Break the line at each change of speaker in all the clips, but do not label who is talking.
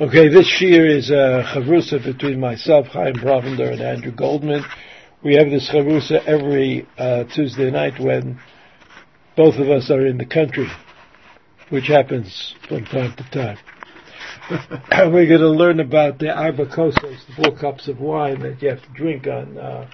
Okay, this year is a chavrusa between myself, Chaim Bravender, and Andrew Goldman. We have this chavrusa every uh, Tuesday night when both of us are in the country, which happens from time to time. We're going to learn about the arbacosos, the four cups of wine that you have to drink on uh,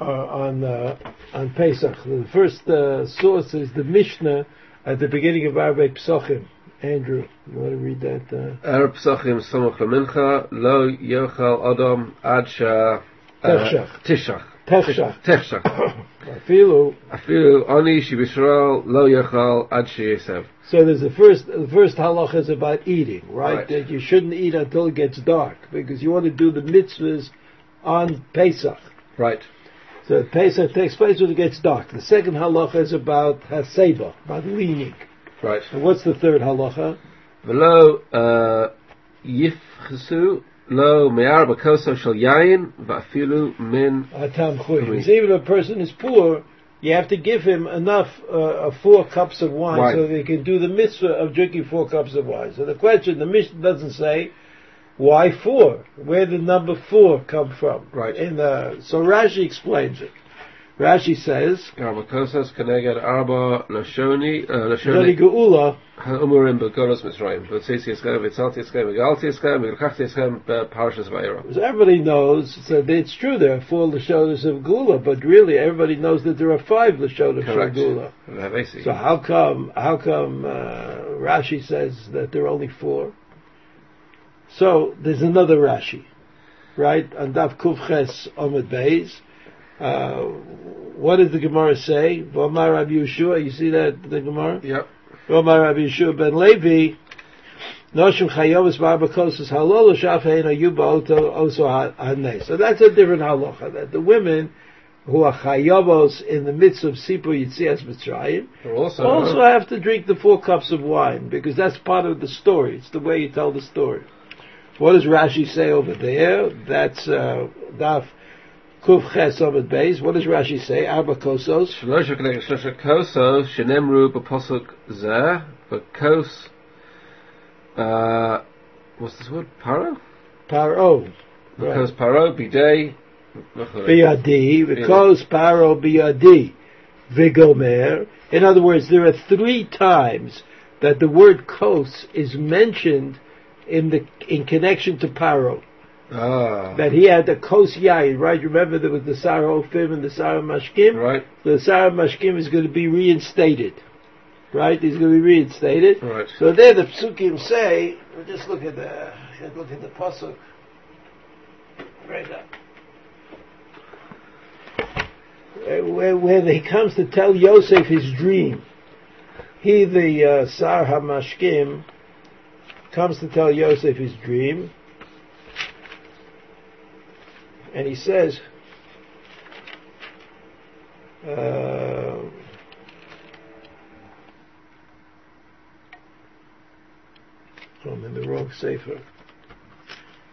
uh, on uh, on Pesach. The first uh, source is the Mishnah at the beginning of Arbe Pesachim. Andrew, you want to read that? Uh,
ערב פסחים סמוך למנחה, לא יאכל אדם עד שה...
תשח.
תשח.
Pesach.
תשח.
Afilu.
אפילו עוני שבישראל לא יאכל עד שיסב.
So there's the first the first halacha is about eating, right?
Right.
That you shouldn't eat until it gets dark because you want to do the mitzvahs on Pesach.
Right.
So Pesach takes place when it gets dark. The second halacha is about haseba, about leaning.
Right.
And what's the third halacha?
ולא אה, יפחסו, לא מארבע כוסו של יין, ואפילו מן...
Atam chuy. Uh,
Three.
Because even if a person is poor, you have to give him enough uh, of four cups of wine,
Wine.
so they can do the mitzvah of drinking four cups of wine. So the question, the Mishnah doesn't say why four. Where did number four come from?
Right.
In the so Rashi explains it. Rashi says.
ארבע כוסוס כנגד ארבע לשוני, אה,
"Zori
לשוני
geula,
האומרים בגולוס מצרים. והוצאתי אתכם, והצלתי אתכם, וגאלתי אתכם, ולקחתי אתכם בפרשס ועירה.
Because everybody knows so that it's true there are four Lashonas of Gula, but really everybody knows that there are five Lashonas of
Correct.
Gula.
והבאתי.
So how come how come uh, Rashi says that there are only four? So there's another Rashi, right? On Daf Kufches Omid Beis. Uh, what does the Gemara say? V'amar Rabbi Yeshua. You see that the Gemara?
Yep.
V'amar Rabbi Yeshua ben Levi. Noshim chayomis barbakosis halol shaf hein ayuba oto oso hanei. So that's a different halacha. That the women who are chayavos in the midst of Sipur Yitzias Mitzrayim
Also,
also have to drink the four cups of wine because that's part of the story. It's the way you tell the story. What does Rashi say over there? That's uh, Daf Kuf Ches Amid Beis. What does Rashi say? Arba Kosos.
שלושה כנגד שלושה כוסו שנאמרו בפוסק זה, וכוס, אה, uh, what's this word? פרו?
Paro.
וכוס פרו, בידי, וכו'.
Biyadi. Because Paro Biyadi. Vigomer. In other words, there are three times that the word kos is mentioned in the in connection to Paro.
Ah,
that he had the kos yayin, right? Remember there was the Sarah Ophim and the Sarah Mashkim?
right,
The Sarah Mashkim is going to be reinstated, right? He's going to be reinstated.
right.
So there the psukim say, well, just look at the, just look at the pasuk. Right up. Where- Where, where he comes to tell Yosef his dream. He, the uh, Sar HaMashkim, comes to tell Yosef his dream. And he says, uh, Oh, I'm in the wrong sefer.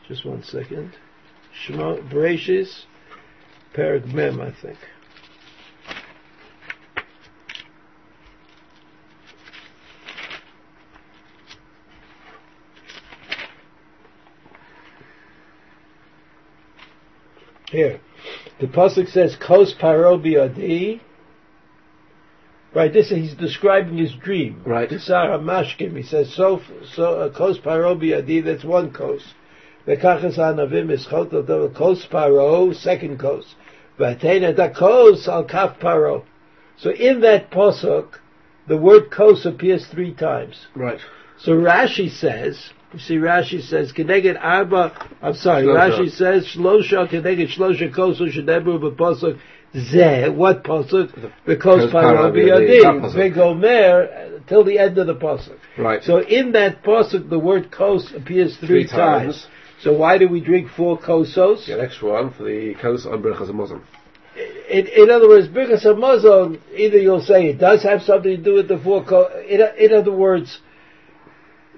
Just one second. Shema Bereshis, Perek Mem, I think. Here, the pasuk says, "Kos paro biyadi." Right, this he's describing his dream.
Right.
to Sarah Mashkim. He says, "So, so uh, kos paro biyadi." That's one kos. Vekachas anavim ischot adam kos paro. Second kos. V'atena da kos al kaf paro. So in that pasuk, the word kos appears three times.
Right.
So Rashi says, you see, Rashi says, "Keneged arba." I'm sorry,
Shlosha.
Rashi says, "Shlosha keneged shlosha kosu shedebru b'posuk ze." What posuk? Because
because paro
parabi
biyadi, that
adim
pasuk.
vegomer uh, till the end of the posuk.
Right.
So in that posuk, the word kos appears three,
Three times.
So why do we drink four kosos?
the next one for the coast on Berchas Muslim.
In, in other words, Birkas Hamazon, either you'll say it does have something to do with the four. Co- in, in other words,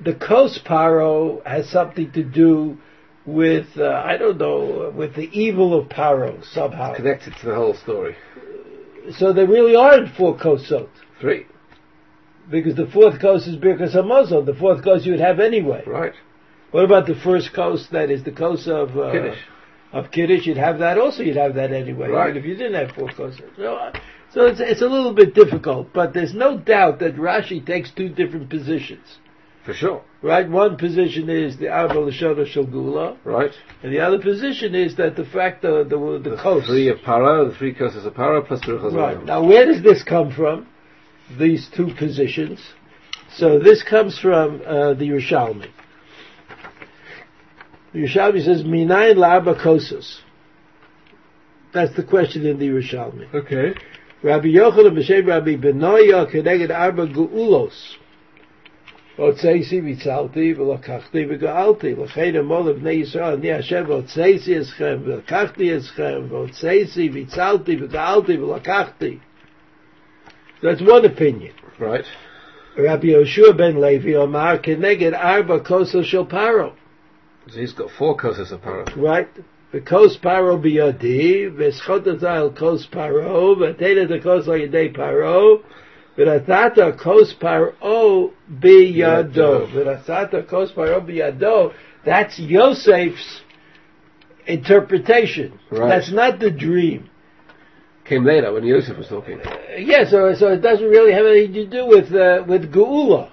the Kos Paro has something to do with uh, I don't know with the evil of Paro somehow.
Connected to the whole story.
So there really aren't four Kosot.
Three.
Because the fourth coast is Birkas Hamazon. The fourth coast you would have anyway.
Right.
What about the first coast that is the coast of uh,
Kiddush.
Of Kiddush, you'd have that also. You'd have that anyway.
Right.
Even if you didn't have four coasts. So, uh, so it's it's a little bit difficult, but there's no doubt that Rashi takes two different positions.
For sure.
Right, one position is the Abba Lashona Shel Gula,
Right.
and the other position is that the fact uh, the the, the
The
coast
three of para, the three coasts of para, plus the
Right.
Rechazayim.
Now, where does this come from? These two positions. So this comes from uh, the Yerushalmi. The Yerushalmi says, "Minayin la'aba kosos." That's the question in the Yerushalmi.
Okay.
Rabbi Yochanan b'shem Rabbi Benoya keneged arba geulos. Otzeisi vitzalti v'lokachti v'gaalti. L'chein amol b'nei Yisrael ani Hashem otzeisi eschem v'lokachti eschem v'otzeisi vitzalti v'gaalti v'lokachti. That's one opinion.
Right.
Rabbi Yoshua ben Levi omar keneged arba koso shel paro.
So he's got four coasts of para.
Right? V'kos paro biyadi, v'schotata el kos paro, v'atena dekos la yedei paro, v'ratata kos paro biyado.
Biyado.
V'ratata kos paro biyado. That's Yosef's interpretation.
Right.
That's not the dream.
Came later when Yosef was talking.
Yeah, so, so it doesn't really have anything to do with, uh, with Geula.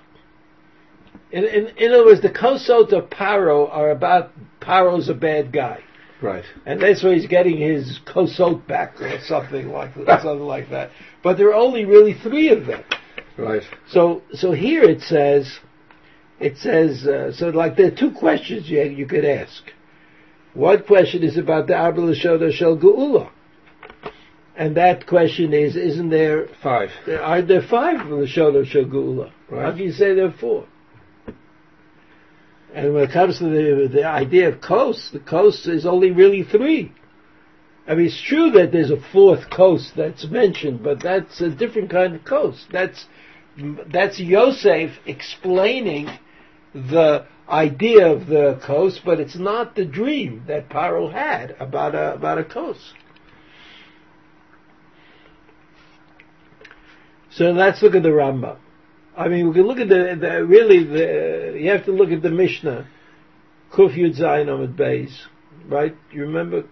In, in, in other words, the kosot of Paro are about Paro's a bad guy.
Right.
And that's where he's getting his kosot back or something like that, something like that. But there are only really three of them.
Right.
So, so here it says, it says, uh, so like there are two questions you, you could ask. One question is about the Abel Shoda Shel Geula. And that question is, isn't there,
Five.
there are there five Shoda Shel Geula? How
Right.
can you say there are four? And when it comes to the, the idea of coast, the coast is only really three. I mean, it's true that there's a fourth coast that's mentioned, but that's a different kind of coast. That's that's Yosef explaining the idea of the coast, but it's not the dream that Paro had about a about a coast. So let's look at the Rambam. I mean, we can look at the, the really the you have to look at the Mishnah, Kuf Yud Zayin Amid Beis, right? You remember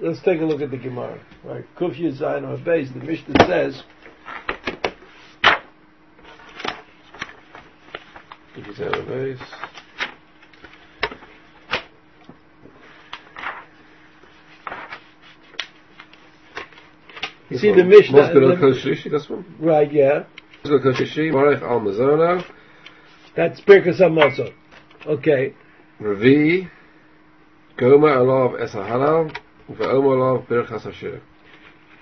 Let's take a look at the Gemara. Right, Kuf Yud Zayin on base. The Mishnah says,
Give you that a base.
you see the Mishnah.
Mosbel
the-
Koshlishi, that's one.
Right, yeah,
Mosbel Koshlishi, Marech Almazono,
that's Birkas Hamazon. Okay,
Ravi, Goma Alav Esahalal, Ve'oma Alav Birchas Hashir.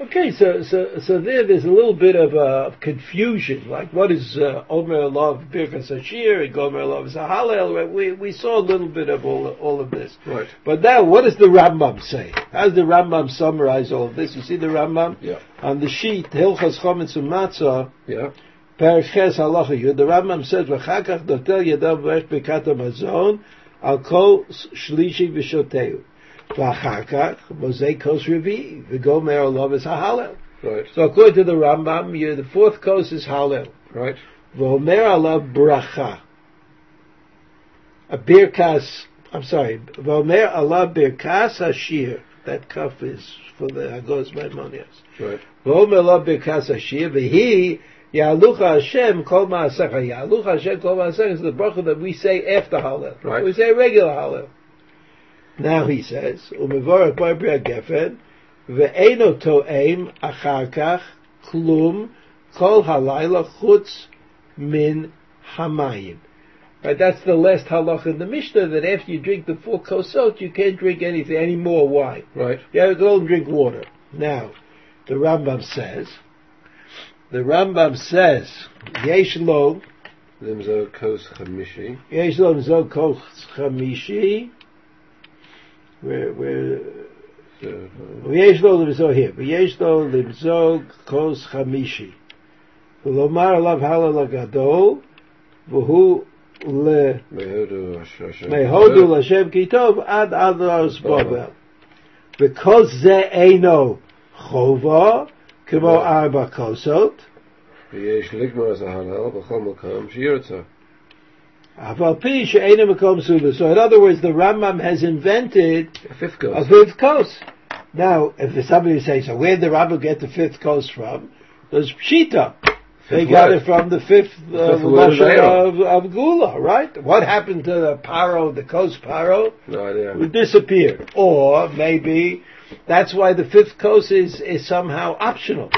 okay. So, so, so there, there's a little bit of uh, confusion. Like, what is uh, Omer Love Birkas Hashir and Gomer Love Zahalel? Right? We we saw a little bit of all all of this.
Right.
But now, what does the Rambam say? How does the Rambam summarize all of this? You see the Rambam
Yeah.
on the sheet Hilchas Chometz Matzah.
Yeah.
Perches Halacha Yud. The Rambam says, "V'chakach dotel yadav v'esh bekat hamazon al kol shlishi v'shoteu." V'chakach mozei kos revi v'gomer olav es hahalel.
Right.
So according to the Rambam, you, the fourth kos is halel.
Right.
V'omer alav bracha. A birkas. I'm sorry. V'omer alav birkas hashir. That cuff is for the Hagos Maimonides.
Right.
ואומר לו ברכס השיר, והיא יהלוך השם כל מעשיך. יהלוך השם כל מעשיך is the bracha that we say after Hallel.
Right.
We say regular Hallel. Now he says, ומבורך בר פרי הגפן, ואינו תואם אחר כך כלום כל הלילה חוץ מן המים. Right, that's the last halach in the Mishnah that after you drink the four kosot, you can't drink anything, any more wine.
Right.
Yeah, you can only drink water. Now, the Rambam says, the Rambam says, Yesh lo,
Limzo Kos Chamishi.
Yesh lo mzo koch chamishi, where, where, Yesh lo limzo here, Yesh lo limzo koch chamishi, ולומר עליו הלל הגדול, והוא ל...
Mehodu Hashir.
מהודו לשם כי טוב עד עד ראש בובר. וכל זה אינו חובו כמו ארבע כוסות,
ויש לגמר אז ההלל בכל מקום שירצה.
Aval pi she'ena makom suba. So in other words, the Rambam has invented
A fifth
a
goes.
fifth coast. Now, if somebody says, so where did the Rambam get the fifth coast from? There's Pshita. They
Fifth
got
word.
it from the fifth uh,
Fifth word of
Lashon
Torah.
of, of Gula, right? What happened to the Paro, the coast Paro?
No idea.
It disappeared. Or maybe that's why the fifth coast is, is somehow optional.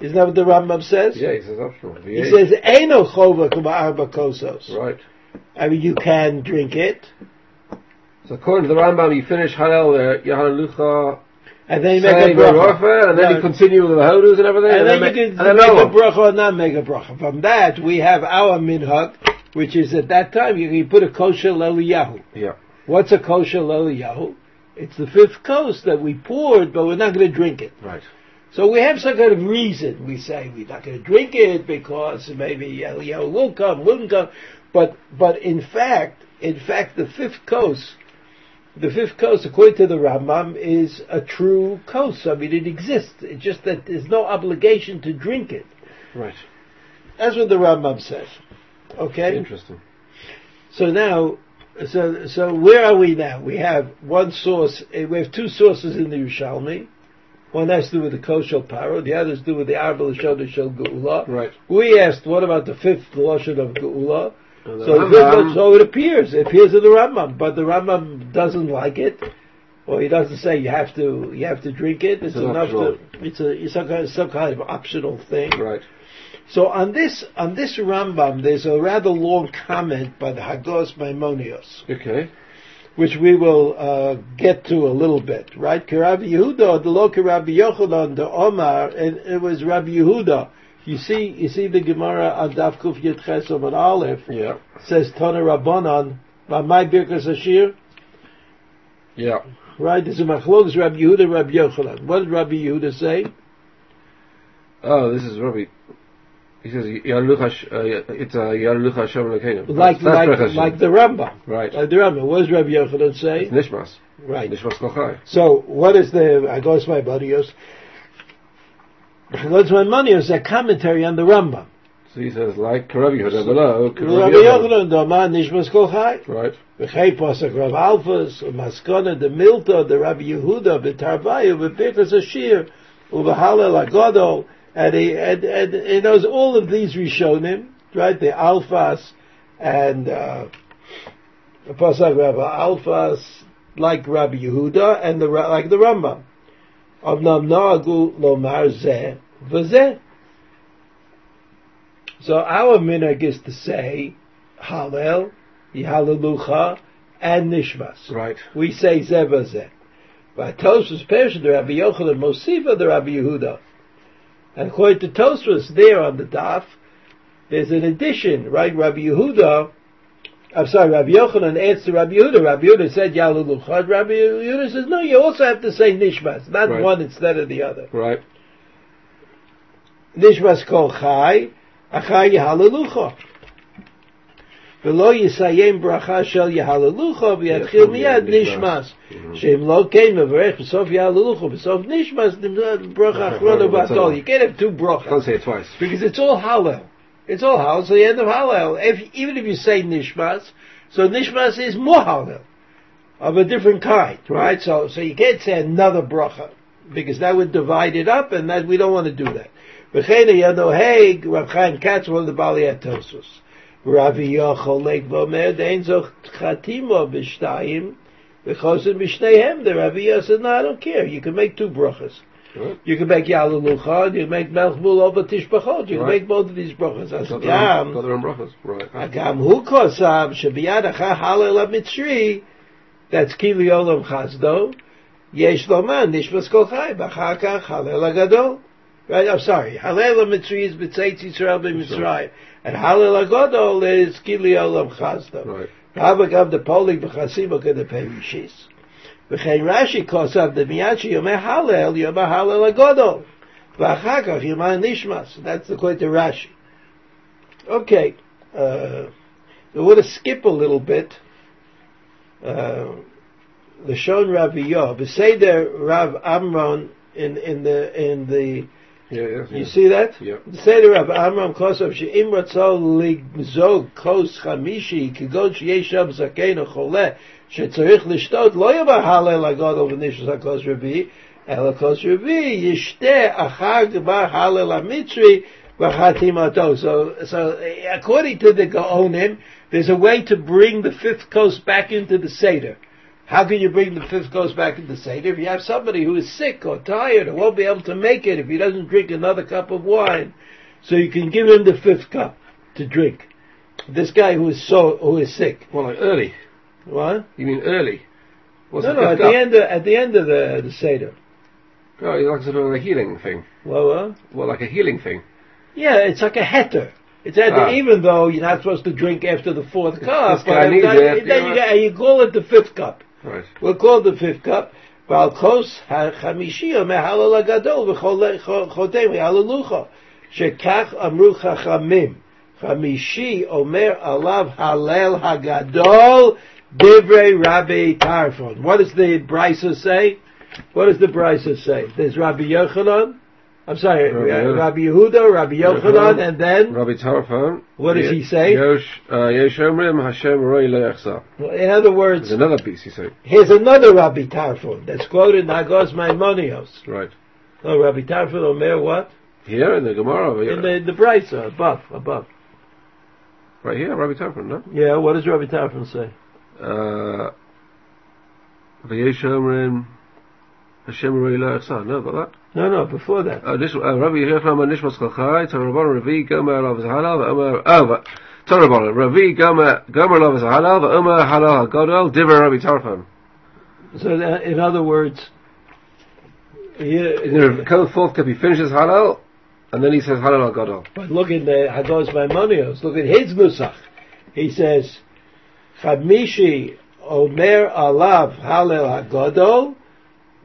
Isn't that what the Rambam says?
Yeah, he says optional.
He
VH.
says, Eino chova kuma arba kosos.
Right.
I mean, you can drink it.
So according to the Rambam, you finish Hallel there, you Hallelucha,
And then you make
say
a bracha.
Baruch, and then you
Right.
continue with the Hodus and everything,
And then
make-
you can
and then
make a
Noah.
bracha or not make a bracha. From that, we have our minhag, which is at that time you can put a kosher leliyahu.
Yeah.
What's a kosher leliyahu? It's the fifth kos that we poured, but we're not going to drink it.
Right.
So we have some kind of reason. We say we're not going to drink it because maybe Eliyahu will come, wouldn't come. But but in fact, in fact, the fifth coast, the fifth coast, according to the Rambam, is a true coast. I mean, it exists. It's just that there's no obligation to drink it.
Right.
That's what the Rambam says. Okay.
Interesting.
So now, so so where are we now? We have one source. eh, We have two sources in the Yerushalmi. One has to do with the Koshel Paro. The other has to do with the Arba Lashon Shel Geula.
Right.
We asked, what about the fifth Lashon of Geula?
And the
So, this one-
Rambam-
so it appears. It appears in the Rambam, but the Rambam doesn't like it. Or he doesn't say you have to you have to drink it. It's,
an
enough
optional.
to it's a it's some kind, some kind of optional thing.
Right.
So on this on this Rambam, there's a rather long comment by the Hagos Maimonios,
Okay.
which we will uh, get to a little bit, right? Kirabi Yehuda, the lo Rabbi Yochanan, the Omar, and it was Rabbi Yehuda. You see, you see the Gemara on Daf Kuf Yud Ches Amud Aleph
Yeah.
says Tana Rabbanan, my Birkas Hashir,
Yeah.
right? This is Machlokes Rabbi Yehuda, Rabbi Yochanan. What did Rabbi Yehuda say?
Oh, this is Rabbi. He says Yaluch Hash- uh, it's a Yaluch Hashem Elokeinu.
Like
That's- that's
like
Bereshit.
like the Rambam.
right.
Like the Rambam. What does Rabbi Yochanan
It's
say?
Nishmas.
Right.
Nishmas Kochai.
So what is the I go to my buddies. Goes my money is a commentary on the Rambam.
So he says like Rabbi Yehuda below.
Rabbi Yochanan Dama Nishmas Kol Chai.
Right.
V'chei Pasach Rav Alphas, Maskana de Milta, the Rabbi Yehuda, B'Tarvayu, B'Pikas Ashir, U'V'Halel Agadol, and he, and, and, he knows all of these Rishonim, right, the Alphas, and, uh, Pasach Rav Alphas, like Rabbi Yehuda, and the, Ra- like the Rambam. Omnam Na'agu Lomar Zeh, V'Zeh. So our minhag is to say, Hallel, Yahalelucha, and Nishmas.
Right.
We say Zebazeh. By Tosfos Pesha, the Rabbi Yochanan Mosiva, the Rabbi Yehuda. And according to Tosfos, there on the daf, there's an addition, right? Rabbi Yehuda, I'm sorry, Rabbi Yochanan adds to Rabbi Yehuda. Rabbi Yehuda said Yahalelucha. Rabbi Yehuda says, no, you also have to say Nishmas, not
Right.
one instead of the other.
Right.
Nishmas kol chai, achai yehalelucha. ולא יסיים ברכה של יהללוך ויתחיל
יתחיל
מיד
מיד
נשמס.
נשמס.
שאם לא כן מברך בסוף יהללוך ובסוף נשמס, נמצא ברכה אחרונה והכל. You can't have two
Can't
brachas.
say it twice.
Because it's all hallel. It's all hallel. So the end of hallel. If, even if you say nishmas, so nishmas is more hallel. Of a different kind, right? So, so you can't say another bracha. Because that would divide it up and that, we don't want to do that. V'chena yanoheg, Rav Chaim Katz, one of the Bali Atosos. Rabbi Yocholek Vomer, dein zoch chatimo b'shtayim, v'chosin b'shneihem. The Rabbi Yocholek said, no, I don't care. You can make two brachas.
Right.
You can make Yaluluchad, you can make Melchmul over Tishbachot, you can
Right.
make both of these brachas. As
Got their own- got
Gam,
their own brachas. Right.
Agam Hu Kosam, Shabiyad Acha Halel HaMitzri, that's Kili Olam Chazdo, Yesh Loma, Nishmas Kol Chai, B'char Kach Halel HaGadol. Right, I'm sorry, Halel HaMitzri is B'tzeitz Yisrael B'Mitzrayim, and Halel HaGadol is Kili Olam Chazdo.
Right.
Rabba gab the polig b'chasim ok the perishis. V'chein Rashi kosav the miyachi yomei halel yomei halel agodol. V'achar kach yomei nishmas. That's the quote to Rashi. Okay. Uh, I want to skip a little bit. Uh, the Shon Rabbi Yov. V'seder Rav Amron in, in the, in the
Yeah, yeah.
You see that?
Yeah.
The Seder of Amram Kosov, she'im ratzol ligzog kos chamishi, kigon sheyesh sham zakein ochole, שצריך לשתות לא יבא הלל הגודל ונשס הכוס רביעי, אלא כוס רביעי ישתה אחר כבר הלל המצרי וחתימתו. So, so according to the Gaonim, there's a way to bring the fifth coast back into the Seder. How can you bring the fifth coast back into the Seder? If you have somebody who is sick or tired or won't be able to make it if he doesn't drink another cup of wine, so you can give him the fifth cup to drink. This guy who is so who is sick.
Well, like early.
What?
You mean early? What's
no,
the
no. At
fifth up?
the end, of, at the end of the, the seder.
Oh, it's like sort of a healing thing.
Well, well,
Well, like a healing thing.
yeah, it's like a heter. It's at the-
Ah.
even though you're not supposed to drink after the fourth cup,
this guy
but
needs
then
it,
then you,
you know.
get- you call it the fifth cup.
Right.
We'll call it the fifth cup. ועל כוס החמישי אומר הלל הגדול וחותם הללוך שכך אמרו חכמים חמישי אומר עליו הלל הגדול דברי רבי טרפון What does the Brisa say? What does the Brisa say? There's Rabbi Yochanan I'm sorry, uh,
Rabbi
Rabbi,
Yehuda.
Yehuda, Rabbi Yochanan,
Yochanan.
and then
Rabbi Tarfon.
What does he say?
Yosh, uh, Yosh Omrim Hashem Roy Leachsa.
in other words,
There's another piece he said.
here's another Rabbi Tarfon that's quoted in Hagos Maimonios.
Right.
No, Rabbi Tarfon Omer, what?
Here in the Gemara. over here.
In the, the Brisa, above, above.
Right here, Rabbi Tarfon, no?
Yeah, what does Rabbi Tarfon say?
Uh, Yosh Omrim Hashem Roy Leachsa. No, about that.
No, no, before that.
Uh, this- uh, Rabbi Yechna man nishmas chachai, Tarabon Ravi Gomer Lav Zahalal, Omer, oh, Tarabon Ravi Gomer Gomer Lav Zahalal, Omer Halal Godel, Diver Rabbi Tarfon.
So, that, in other words,
In
here,
the co- fourth cup, he finishes Halal, and then he says Halal Godel.
but look at the Hagos Maimonios, look at his Nusach. He says, Chamishi Omer Alav Halel HaGodol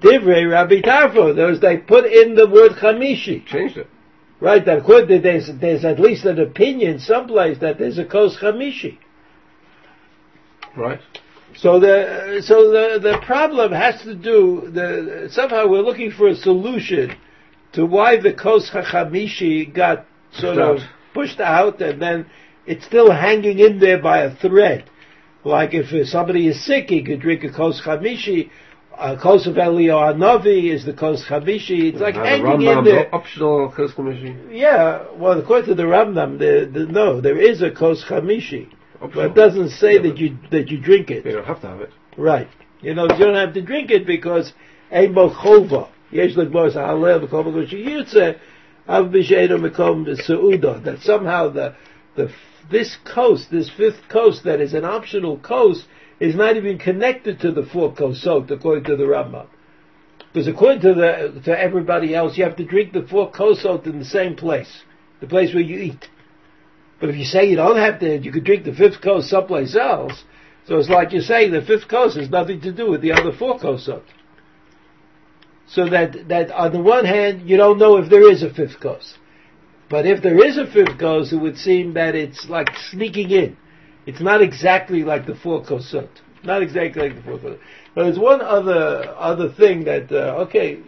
Divrei Rabbi Tarfon. Those they put in the word Chamishi.
Changed it.
Right, that could, that there's, there's at least an opinion someplace that there's a Kos Chamishi.
Right.
So the so the the problem has to do the somehow we're looking for a solution to why the Kos Hachamishi got sort of
Out.
pushed out and then it's still hanging in there by a thread. Like if uh, somebody is sick, he could drink a Kos Chamishi. A Kos of Elioanovi is the Kos Chamishi. It's like
Now, the
hanging in
Rambam's
there.
Optional Kos Commission.
Yeah, well, according to the Ramnam, the, the, no, there is a Kos Chamishi,
Optional.
but it doesn't say
Yeah,
that
but-
you that you drink it.
You don't have to have it.
Right. You know, you don't have to drink it because a mochova. Yesh lekbos halel mekova kushiyutze av b'sheinu mekom seuda. That somehow the the this coast, this fifth coast that is an optional coast, is not even connected to the four kosot according to the Rambam. Because according to the to everybody else, you have to drink the four kosot in the same place, the place where you eat. But if you say you don't have to, you could drink the fifth coast someplace else. So it's like you're saying the fifth coast has nothing to do with the other four coasts. So that that on the one hand, you don't know if there is a fifth coast, but if there is a fifth coast, it would seem that it's like sneaking in. It's not exactly like the four coasts. Not exactly like the four coasts. Now there's one other other thing that uh, okay.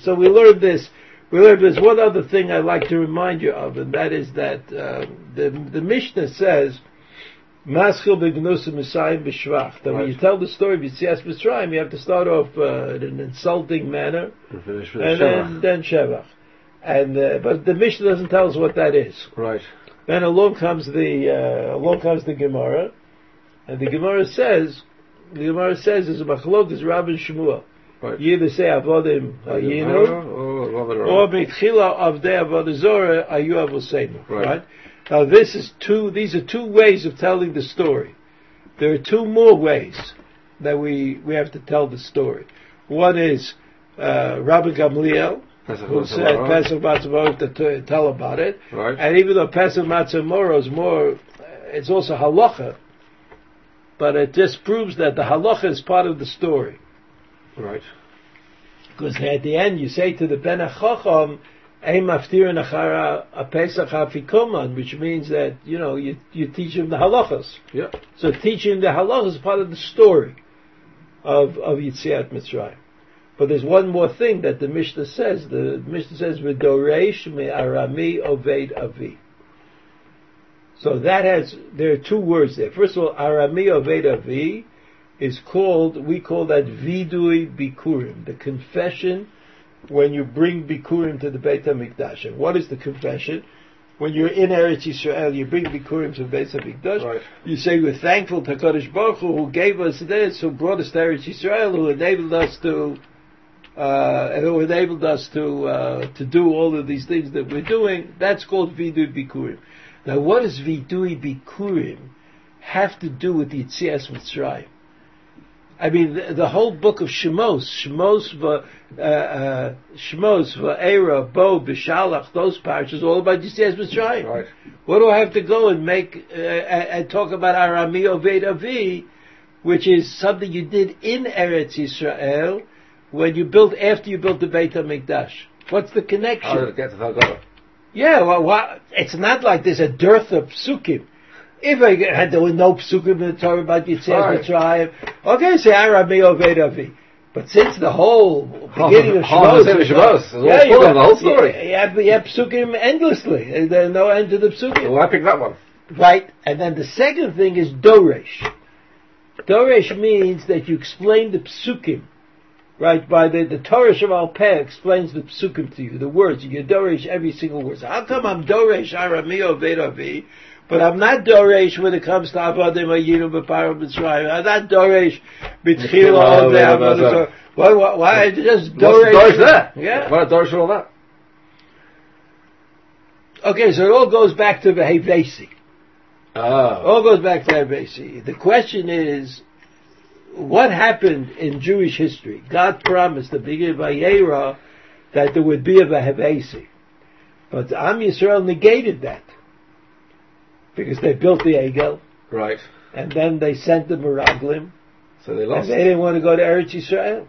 So we learned this. We learned there's one other thing I'd like to remind you of, and that is that uh, the the Mishnah says. Maschil begnusa Messiah b'shvach. That when
Right.
you tell the story of Yitzias Mitzrayim, you have to start off uh, in an insulting manner,
And finish with
and then
Shema.
then shevach. And uh, but the Mishnah doesn't tell us what that is.
Right.
Then along comes the uh, along comes the Gemara, and the Gemara says, the Gemara says is a machlok is Rabbi Shmuel.
Right.
You either say avodim ayinu
Oh, rather,
or
rather.
mitchila avdei avodazora ayu avosenu.
Right.
Right. Now this is two. These are two ways of telling the story. There are two more ways that we we have to tell the story. One is uh, Rabbi Gamliel
Pesach
who said Pesach
Matzah.
Matzah to t- tell about it.
Right.
And even though Pesach Matzamoro is more, uh, it's also halacha, but it just proves that the halacha is part of the story.
Right.
Because at the end you say to the Ben HaChacham, Ein maftirin achara a Pesach hafikoman, which means that, you know, you, you teach him the halachas.
Yeah.
So teaching the halachas is part of the story of, of Yitzhak Mitzrayim. But there's one more thing that the Mishnah says. The Mishnah says, "V'doreish me'arami oved avi." So that has there are two words there. First of all, arami oved avi is called we call that vidui bikurim, the confession when you bring bikurim to the Beit Hamikdash. And what is the confession? When you're in Eretz Yisrael, you bring bikurim to the Beit Hamikdash.
Right.
You say we're thankful to Kodesh Baruch Hu who gave us this, who brought us to Eretz Yisrael, who enabled us to uh, who enabled us to uh, to do all of these things that we're doing. That's called vidui bikurim. Now, what does vidui bikurim have to do with the Yitzias Mitzrayim? I mean, the, the whole book of Shemos, Shemos, va, uh, uh, Shemos, Va'era, Bo, Bishalach, those parashas, all about Yitzias Mitzrayim.
Right.
What do I have to go and make uh, and and talk about Arami Oved Avi, which is something you did in Eretz Yisrael when you built after you built the Beit Hamikdash? What's the connection?
How did it get to Thargara?
Yeah, well, wha- it's not like there's a dearth of psukim. If I had there were no psukim in the Torah about
Right.
Yitzhak Mitzrayim, okay, say Arami Oved Avi. But since the whole beginning of
Oh, oh,
Shavuos,
the same Shavuos, it's all
yeah, you
full of
got-
the whole story.
You, you have, you have psukim endlessly. and There's no end to the psukim.
Well, I picked that one.
Right, and then the second thing is doresh. Doresh means that you explain the psukim, right? By the the Torah of Alpeh explains the psukim to you, the words. You doresh every single word. So how come I'm doresh arameo veravi, but I'm not doresh when it comes to avodim ayinu b'param mitzrayim. I'm not doresh
B'tchila,
b'tchila
Avodah,
avodah. Why? Why? why I just
What's the
doresh?
Dorish there?
Yeah.
What a Dorish and all that?
Okay, so it all goes back to the hevesi.
Oh.
all goes back to that basically. The question is, what happened in Jewish history? God promised the beginning of Vayera that there would be a Vahevesi. But Am Yisrael negated that. Because they built the Egel,
Right.
and then they sent the Miraglim,
So they
and
lost.
they didn't want to go to Eretz Yisrael.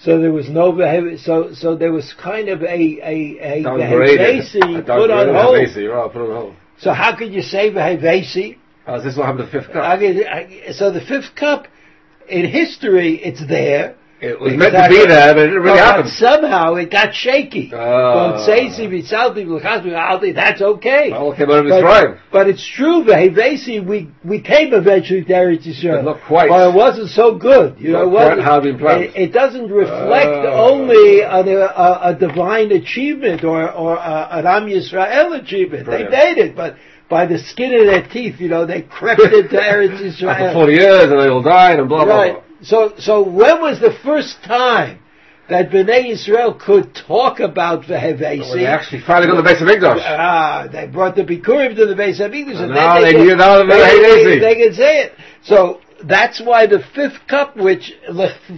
So there was no Vahe- so so there was kind of a a, a
Downgraded.
Vahevesi
Downgraded
put on
and
hold.
Basically, right, put on hold.
So how could you say Vahevesi?
Oh, is this what happened to the fifth
I
cup?
mean, I, so the fifth cup, in history, it's there.
It was meant to be
Exactly.
there, but it didn't really
but
happen.
somehow it got shaky.
Ah.
Don't say si v'tzalti v'lchasmi v'alti, that's okay.
It all came out of his
But,
tribe.
but it's true, the Hevesi, we, we came eventually to Eretz Yisrael.
But not quite.
Well, it wasn't so good. You
Not
know, it
quite
wasn't-
how we planned.
It, it doesn't reflect
Ah.
only on a, a, a divine achievement or, or uh, an Am Yisrael achievement.
Brilliant.
They made it, but by the skin of their teeth, you know, they crept into Eretz Yisrael.
After 40 years, and they all died, and blah, blah, blah.
Right. So, so when was the first time that Bnei Israel could talk about the
When they
Hevesi?
actually finally got the base of Migdash.
Ah, they brought the Bikurim to the base of English,
And
and
now
then
Ah, they
could-
knew now the
they,
Hevesi.
they could say it. So that's why the fifth cup, which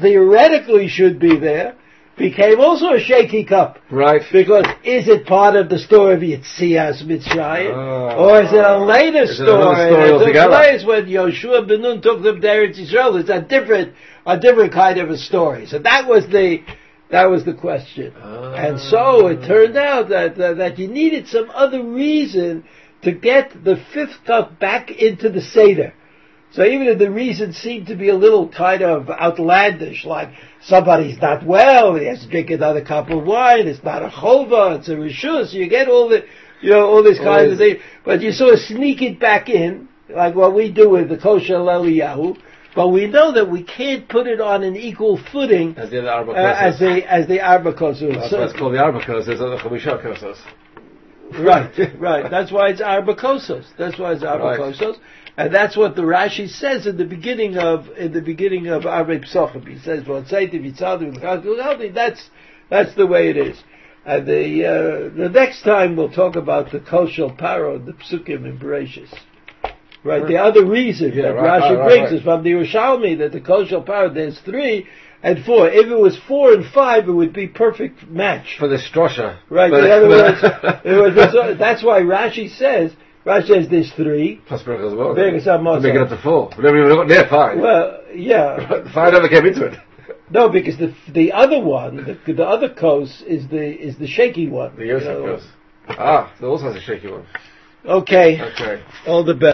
theoretically should be there, became also a shaky cup.
Right.
Because is it part of the story of Yitzias Mitzrayim,
Ah.
or is it a later
Is it
story?
another story
that took
altogether?
place when Yoshua ben Nun took them to Eretz Israel. It's a different, a different kind of a story. So that was the, that was the question.
Ah.
And so it turned out that, that that you needed some other reason to get the fifth cup back into the seder. So even if the reason seemed to be a little kind of outlandish, like somebody's not well, he has to drink another cup of wine, it's not a chova, it's a rishus, you get all the, you know, all this kind of
Right.
thing, but you sort of sneak it back in, like what we do with the kosher leliyahu, but we know that we can't put it on an equal footing
Oh. As the other Arba
uh, as
curses.
the, as the Arba Kosher.
That's
So-
why it's called the Arba curses, not the Chamisha curses.
Right, right. That's why it's Arbacosos. That's why it's Arbacosos. And that's what the Rashi says in the beginning of in the beginning of Arbe Psochim. He says, "Well, Tzaitiv Yitzadu V'Chaz Gilgaldi." That's that's the way it is. And the uh, the next time we'll talk about the Koshel Paro, the Psukim in Bereshis. Right. The other reason
Yeah,
that Rashi
right, right, right,
brings
right.
is from the Yerushalmi that the Koshel Paro there's three and four. If it was four and five, it would be perfect match.
For the Strosha.
Right.
But-
in other words, in other words, that's- that's why Rashi says Rashi says there's three.
Plus Berachas well.
Berachas Hamazon.
Make it up to four. We never even got near five.
Well, yeah,
The five never came into it.
no, because the the other one, the, the other coast is the is the shaky one.
The
you
Yosef
know.
curse. Ah, so also has a shaky one.
Okay,
Okay.
all the best.